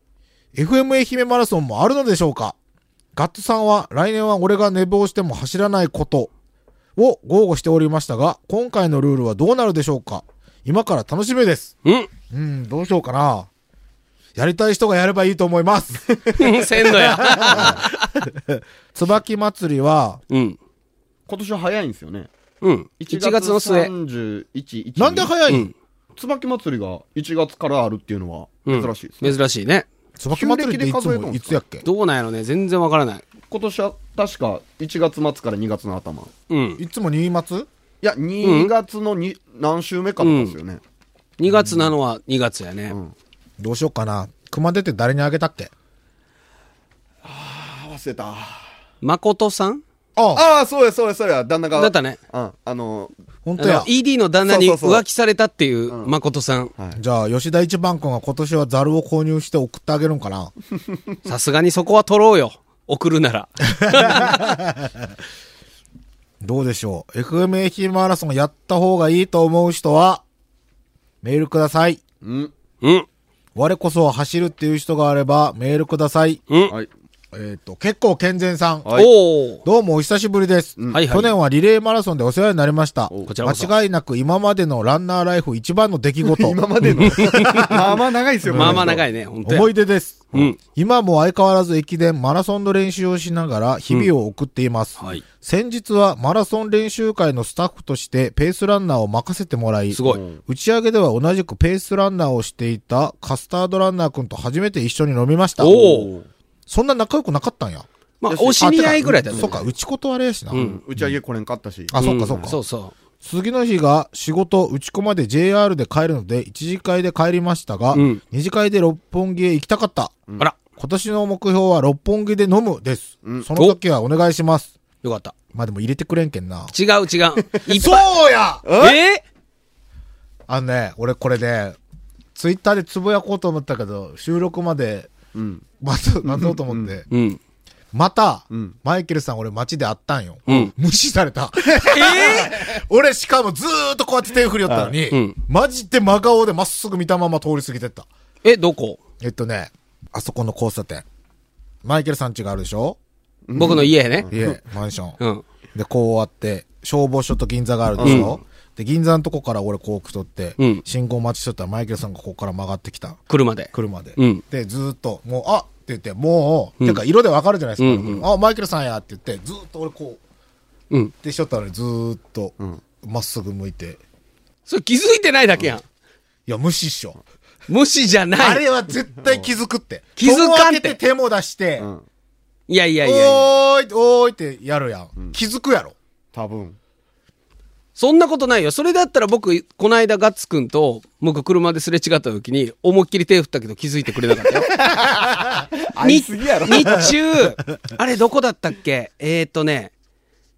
[SPEAKER 2] FM 愛媛マラソンもあるのでしょうかガッツさんは来年は俺が寝坊しても走らないことを豪語しておりましたが、今回のルールはどうなるでしょうか今から楽しみです。
[SPEAKER 3] うん。
[SPEAKER 2] うん、どうしようかな。やりたい人がやればいいと思い ます。
[SPEAKER 3] 鮮度や。
[SPEAKER 2] 椿祭りは、
[SPEAKER 3] うん。
[SPEAKER 4] 今年は早いんですよね。
[SPEAKER 3] うん。1月の末。
[SPEAKER 4] 31、1
[SPEAKER 2] なんで早い、
[SPEAKER 3] うん。
[SPEAKER 4] 椿祭りが1月からあるっていうのは
[SPEAKER 3] うん
[SPEAKER 4] 珍しいですね。
[SPEAKER 3] 珍しいね。
[SPEAKER 2] 椿祭りっていつ
[SPEAKER 4] 旧暦で数えた
[SPEAKER 2] も
[SPEAKER 4] ん
[SPEAKER 2] い
[SPEAKER 4] ですか
[SPEAKER 2] つやっけ
[SPEAKER 3] どうなんやろね。全然わからない。
[SPEAKER 4] 今年は確か1月末から2月の頭。い
[SPEAKER 3] うん。
[SPEAKER 2] いつも新松
[SPEAKER 4] や、2月のに何週目かとかですよね。
[SPEAKER 3] 2月なのは2月やね。
[SPEAKER 4] うん
[SPEAKER 2] どうしようかな。熊出て誰にあげたっけ
[SPEAKER 4] 合わせた。
[SPEAKER 3] 誠さん
[SPEAKER 2] ああ、
[SPEAKER 4] ああ、そうや、そうや、そうや、旦那が。
[SPEAKER 3] だったね。
[SPEAKER 4] うん。あの、
[SPEAKER 2] 本
[SPEAKER 3] あ
[SPEAKER 2] 当
[SPEAKER 3] の
[SPEAKER 2] や。
[SPEAKER 3] ED の旦那に
[SPEAKER 4] そうそうそう
[SPEAKER 3] 浮気されたっていう誠さん。
[SPEAKER 2] じゃあ、吉田一番君が今年はザルを購入して送ってあげるんかな。
[SPEAKER 3] さすがにそこは取ろうよ。送るなら。
[SPEAKER 2] どうでしょう。FM 愛媛マラソンやった方がいいと思う人は、メールください。
[SPEAKER 4] うん。
[SPEAKER 3] うん。
[SPEAKER 2] 我こそは走るっていう人があれば、メールください。
[SPEAKER 3] うん。
[SPEAKER 4] はい。
[SPEAKER 2] えっ、と、結構健全さん。
[SPEAKER 4] はい
[SPEAKER 3] お
[SPEAKER 2] どうもお久しぶりです、
[SPEAKER 4] うん
[SPEAKER 3] はいはい
[SPEAKER 2] 去年はリレーマラソンでお世話になりました。
[SPEAKER 3] こちらこそ
[SPEAKER 2] 間違いなく今までのランナーライフ一番の出来 事。
[SPEAKER 4] 今までの。 まあまあ長いですよ、
[SPEAKER 3] まあまあ長
[SPEAKER 4] い。
[SPEAKER 3] いね、本当や
[SPEAKER 2] 思い出です。
[SPEAKER 3] うん
[SPEAKER 2] 今も相変わらず駅伝マラソンの練習をしながら日々を送っています。
[SPEAKER 3] はい。
[SPEAKER 2] 先日はマラソン練習会のスタッフとしてペースランナーを任せてもらい、
[SPEAKER 3] すごい。
[SPEAKER 2] 打ち上げでは同じくペースランナーをしていたカスタードランナー君と初めて一緒に飲みました。
[SPEAKER 3] おお。
[SPEAKER 2] そんな仲良くなかったんや。
[SPEAKER 3] まあ、お知り合いぐらいだ
[SPEAKER 2] ね。
[SPEAKER 3] ね。
[SPEAKER 2] そっか、。うちことあれやしな。
[SPEAKER 3] うん。
[SPEAKER 4] 打ち上げこれんかったし。
[SPEAKER 2] あ、そっかそっ
[SPEAKER 3] ん
[SPEAKER 2] か。
[SPEAKER 3] そうそ
[SPEAKER 2] 次の日が仕事打ち込まで JR で帰るので一次会で帰りましたが、
[SPEAKER 3] うん
[SPEAKER 2] 二次会で六本木へ行きたかった。
[SPEAKER 3] う。あら、
[SPEAKER 2] 今年の目標は六本木で飲むです。その時はお願いします。
[SPEAKER 3] よかった。
[SPEAKER 2] まあでも入れてくれんけんな。
[SPEAKER 3] 違う違う。いっぱ
[SPEAKER 2] そうや
[SPEAKER 3] い。え
[SPEAKER 2] あのね、俺これね、ツイッターでつぶやこうと思ったけど、収録まで
[SPEAKER 4] うん。
[SPEAKER 2] 待とう待とうと思って、
[SPEAKER 3] うん。
[SPEAKER 2] また、
[SPEAKER 4] うん
[SPEAKER 2] マイケルさん俺街で会ったんよ。
[SPEAKER 3] うん
[SPEAKER 2] 無視された。 俺しかもずーっとこうやって手振り寄ったのに、
[SPEAKER 3] うん
[SPEAKER 2] マジで真顔でまっすぐ見たまま通り過ぎてった。
[SPEAKER 3] え、どこ
[SPEAKER 2] えっとね、あそこの交差点。マイケルさん家があるでしょ
[SPEAKER 3] 僕の家ね。
[SPEAKER 2] 家、マンション。
[SPEAKER 3] うん。
[SPEAKER 2] で、こうあって、消防署と銀座があるでしょ、で、銀座のとこから俺こう来とって、
[SPEAKER 3] うん
[SPEAKER 2] 信号待ちしとったらマイケルさんがここから曲がってきた。
[SPEAKER 3] 車で。
[SPEAKER 2] 車で。
[SPEAKER 3] うん
[SPEAKER 2] で、ずーっと、もう、あって言って、もう、てか色でわかるじゃないですか。
[SPEAKER 3] うん
[SPEAKER 2] あ、マイケルさんやって言って、ずーっと俺こう、
[SPEAKER 3] うん。
[SPEAKER 2] ってしとったのにずーっと、まっすぐ向いて、い
[SPEAKER 3] それ気づいてないだけやん。
[SPEAKER 2] や、無視っしょ。
[SPEAKER 3] 無視じゃ
[SPEAKER 2] あ
[SPEAKER 3] ない。
[SPEAKER 2] れは絶対気づくって。
[SPEAKER 3] 気づかん
[SPEAKER 2] 戸を開
[SPEAKER 3] て
[SPEAKER 2] けて手も出して、
[SPEAKER 4] ん
[SPEAKER 3] いやいやいやいや。
[SPEAKER 2] おーい、おーいってやるやん。気づくやろ。
[SPEAKER 4] 多分。
[SPEAKER 3] そんなことないよ。それだったら僕、この間ガッツくんと、僕車ですれ違った時に、思いっきり手振ったけど気づいてくれなかったよ。
[SPEAKER 4] 会いすぎやろ。
[SPEAKER 3] 日中、あれどこだったっけえー、っとね、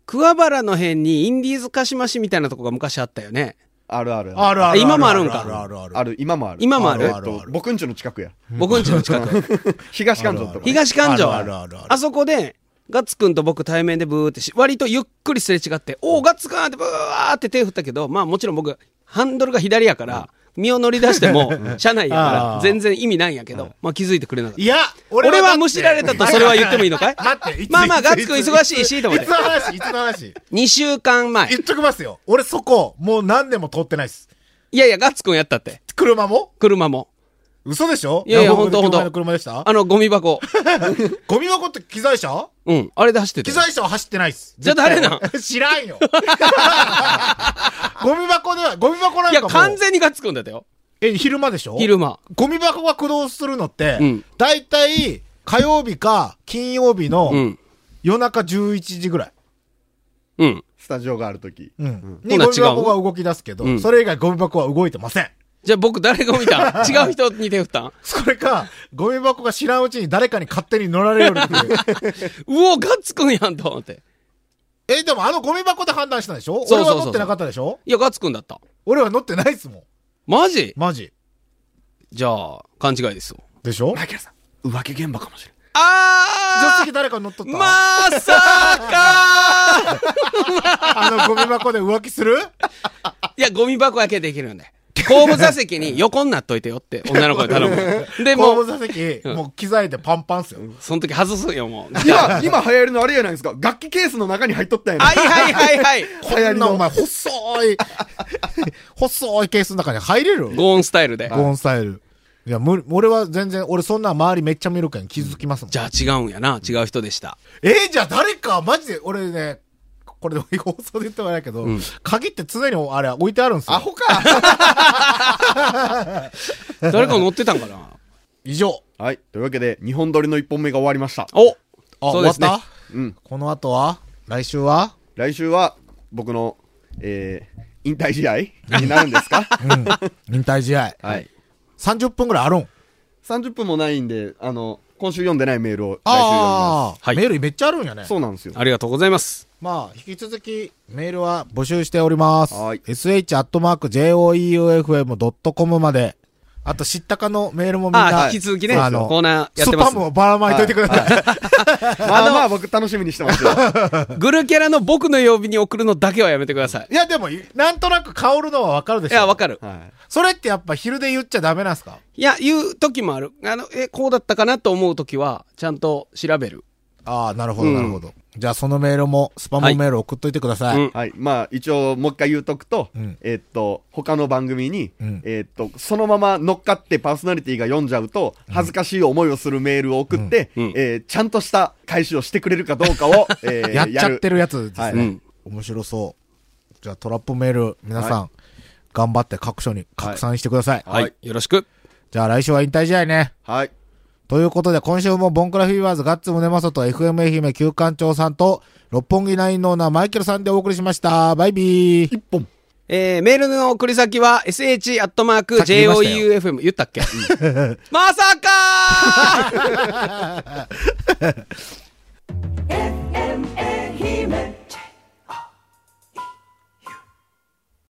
[SPEAKER 3] 桑原の辺にインディーズ鹿島市みたいなとこが昔あったよね。
[SPEAKER 4] あるある。
[SPEAKER 2] あるある。
[SPEAKER 3] 今もあるんか
[SPEAKER 2] あるあるある。
[SPEAKER 4] ある、今もある。
[SPEAKER 3] 今もある
[SPEAKER 2] あるあるある
[SPEAKER 4] 僕んちの近くや。
[SPEAKER 3] 僕んちの近く。
[SPEAKER 4] 東関東とか。
[SPEAKER 3] 東環状。
[SPEAKER 2] あるあるある
[SPEAKER 3] あそこで、ガッツくんと僕対面でブーってし、割とゆっくりすれ違って、おお、ガッツくんってブーって手振ったけど、まあもちろん僕、ハンドルが左やから、身を乗り出して も、車内やから
[SPEAKER 2] あ、ー
[SPEAKER 3] 全然意味ないんやけど、まあ気づいてくれなかった。
[SPEAKER 2] いや、
[SPEAKER 3] 俺
[SPEAKER 2] 俺
[SPEAKER 3] は
[SPEAKER 2] だって
[SPEAKER 3] むしられたとそれは言ってもいいのかい
[SPEAKER 2] だって、いつ
[SPEAKER 3] まあまあ
[SPEAKER 2] いつ
[SPEAKER 3] ガッツくん
[SPEAKER 2] いつ
[SPEAKER 3] 忙しいしと思って
[SPEAKER 2] いつの話、いつの話。
[SPEAKER 3] 2週間前。
[SPEAKER 2] 言っときますよ。俺そこ、もう何年も通ってないです。
[SPEAKER 3] いやいや、ガッツくんやったって。
[SPEAKER 2] 車も
[SPEAKER 3] 車も。
[SPEAKER 2] 嘘でしょ
[SPEAKER 3] いやい
[SPEAKER 2] ヤ
[SPEAKER 3] や、
[SPEAKER 2] フ
[SPEAKER 3] ほ
[SPEAKER 2] オ
[SPEAKER 3] ん
[SPEAKER 2] クで
[SPEAKER 3] とほんと。
[SPEAKER 2] 車の車でした
[SPEAKER 3] あの、ゴ ミ箱。
[SPEAKER 2] ゴミ箱って機材車
[SPEAKER 3] うん。あれで走ってた
[SPEAKER 2] 機
[SPEAKER 3] よ。
[SPEAKER 2] 材車は走ってないっす。
[SPEAKER 3] じゃあ誰なん
[SPEAKER 2] 絶対知らんよ。ゴミ箱では、ゴミ箱なんか
[SPEAKER 3] いや、
[SPEAKER 2] もう
[SPEAKER 3] 完全にガッツくんだったよ。
[SPEAKER 2] え、昼間でしょ
[SPEAKER 3] 昼間。
[SPEAKER 2] ゴミ箱が駆動するのって、
[SPEAKER 3] うん
[SPEAKER 2] だいたい火曜日か金曜日
[SPEAKER 3] う
[SPEAKER 2] の
[SPEAKER 3] ん。
[SPEAKER 2] 夜中11時ぐらい。
[SPEAKER 3] うん。
[SPEAKER 4] スタジオがあるとき。
[SPEAKER 2] うん。
[SPEAKER 3] ほ
[SPEAKER 2] に
[SPEAKER 3] な
[SPEAKER 2] ゴミ箱が動き出すけど、
[SPEAKER 3] うん
[SPEAKER 2] それ以外ゴミ箱は動いてません。
[SPEAKER 3] じゃあ僕誰が見た違う人に手振ったんう
[SPEAKER 2] それか、ゴミ箱が知らんうちに誰かに勝手に乗られるっていう。
[SPEAKER 3] お、ガッツくんやんと思って。
[SPEAKER 2] え、でもあのゴミ箱で判断したんでしょ
[SPEAKER 3] そうそうそうそう
[SPEAKER 2] 俺は乗ってなかったでしょ
[SPEAKER 3] いや、ガッツくんだった。
[SPEAKER 2] 俺は乗ってないっすもん。
[SPEAKER 3] マジ
[SPEAKER 2] マジ。
[SPEAKER 3] じゃあ、勘違いですよ。
[SPEAKER 2] でしょ
[SPEAKER 4] マイケルさん、浮気現場かもしれん。
[SPEAKER 2] 助手
[SPEAKER 3] あー
[SPEAKER 2] 席誰か乗っとった、
[SPEAKER 3] まさか
[SPEAKER 2] あのゴミ箱で浮気する
[SPEAKER 3] いや、ゴミ箱やけできるんで。後部座席に横になっといてよって女の子に 頼む。で、
[SPEAKER 2] 後部
[SPEAKER 3] もう、
[SPEAKER 2] 座席、もう機材でパンパンっすよ。
[SPEAKER 3] その時外すんよ、もう。
[SPEAKER 4] 今、今流行りのあれやないですか。楽器ケースの中に入っとったやな
[SPEAKER 3] はいはいはいはい。
[SPEAKER 2] こんなお前、細い、 細いケースの中に入れるゴ
[SPEAKER 3] ゴーンスタイルで。
[SPEAKER 2] ーンスタイル。いや、無理俺は全然、俺そんな周りめっちゃ見るけん気づきますもん。
[SPEAKER 3] じゃあ違うんやな。違う人でした。
[SPEAKER 2] えーじゃあ誰か、マジで、俺ね、これでも放送で言ってもらえないけど、鍵って常にあれ置いてあるんですよ。
[SPEAKER 4] アホか。
[SPEAKER 3] 誰か乗ってたんか な
[SPEAKER 2] 以上。
[SPEAKER 4] はい。というわけで、日本撮りの1本目が終わりました。
[SPEAKER 3] お
[SPEAKER 2] あ、
[SPEAKER 3] そ
[SPEAKER 2] 終
[SPEAKER 3] うで
[SPEAKER 2] わっ
[SPEAKER 3] すね
[SPEAKER 2] た
[SPEAKER 4] うん。
[SPEAKER 2] この後は来週 は
[SPEAKER 4] 来週は、僕の、えー、引退試 合になるんですか
[SPEAKER 2] 引退試合。
[SPEAKER 4] はい。
[SPEAKER 2] 30分ぐらいあるん。
[SPEAKER 4] 30分もないんで、あの、今週読んでないメールを来週
[SPEAKER 2] あ
[SPEAKER 4] 読みま
[SPEAKER 2] あ、
[SPEAKER 3] はい
[SPEAKER 2] メールめっちゃあるんやね
[SPEAKER 4] す。。そうなんですよ。
[SPEAKER 3] ありがとうございます。
[SPEAKER 2] まあ、引き続き、メールは募集しております。
[SPEAKER 4] はい
[SPEAKER 2] sh.joeufm.com まで。あと、知ったかのメールもみん
[SPEAKER 3] あ
[SPEAKER 2] な、
[SPEAKER 3] あ、引き続きね、コ
[SPEAKER 2] あの
[SPEAKER 3] ーナーやっ
[SPEAKER 2] ス
[SPEAKER 3] てま
[SPEAKER 2] パ
[SPEAKER 3] す
[SPEAKER 2] ム。をばらまいといてください。
[SPEAKER 4] まあまあ僕楽しみにしてます よ。
[SPEAKER 3] グルキャラの僕の曜日に送るのだけはやめてください。
[SPEAKER 2] いや、でも、なんとなく香るのはわかるでし
[SPEAKER 3] い
[SPEAKER 2] ょ。
[SPEAKER 3] や、わかる。
[SPEAKER 4] はい。
[SPEAKER 2] それってやっぱ昼で言っちゃダメなんすか
[SPEAKER 3] いや、言う時もある。あの、え、こうだったかなと思う時は、ちゃんと調べる。
[SPEAKER 2] ああ、なるほど、
[SPEAKER 3] うん
[SPEAKER 2] なるほど。じゃあ、そのメールも、スパムメール送っといてください。
[SPEAKER 3] うん
[SPEAKER 4] はい。まあ、一応、もう一回言うとくと、
[SPEAKER 2] うん
[SPEAKER 4] えっと、他の番組に、
[SPEAKER 2] うん
[SPEAKER 4] えっと、そのまま乗っかってパーソナリティが読んじゃうと、恥ずかしい思いをするメールを送って、
[SPEAKER 3] うんうん
[SPEAKER 4] えーちゃんとした返しをしてくれるかどうかを、え ー
[SPEAKER 2] やっちゃって
[SPEAKER 4] る。
[SPEAKER 2] るやつですね。
[SPEAKER 4] はい
[SPEAKER 3] うん。
[SPEAKER 2] 面白そう。じゃあ、トラップメール、皆さん、頑張って各所に拡散してください。
[SPEAKER 4] はい
[SPEAKER 3] はい。よろしく。
[SPEAKER 2] じゃあ、来週は引退試合ね。
[SPEAKER 4] はい。
[SPEAKER 2] ということで、今週もボンクラフィーバーズガッツムネマソと FM 愛媛旧館長さんと、六本木ナインのオーナーマイケルさんでお送りしました。バイビー。
[SPEAKER 3] えー、メールの送り先は、
[SPEAKER 2] さっき言いました
[SPEAKER 3] sh.joufm。言ったっけまさかー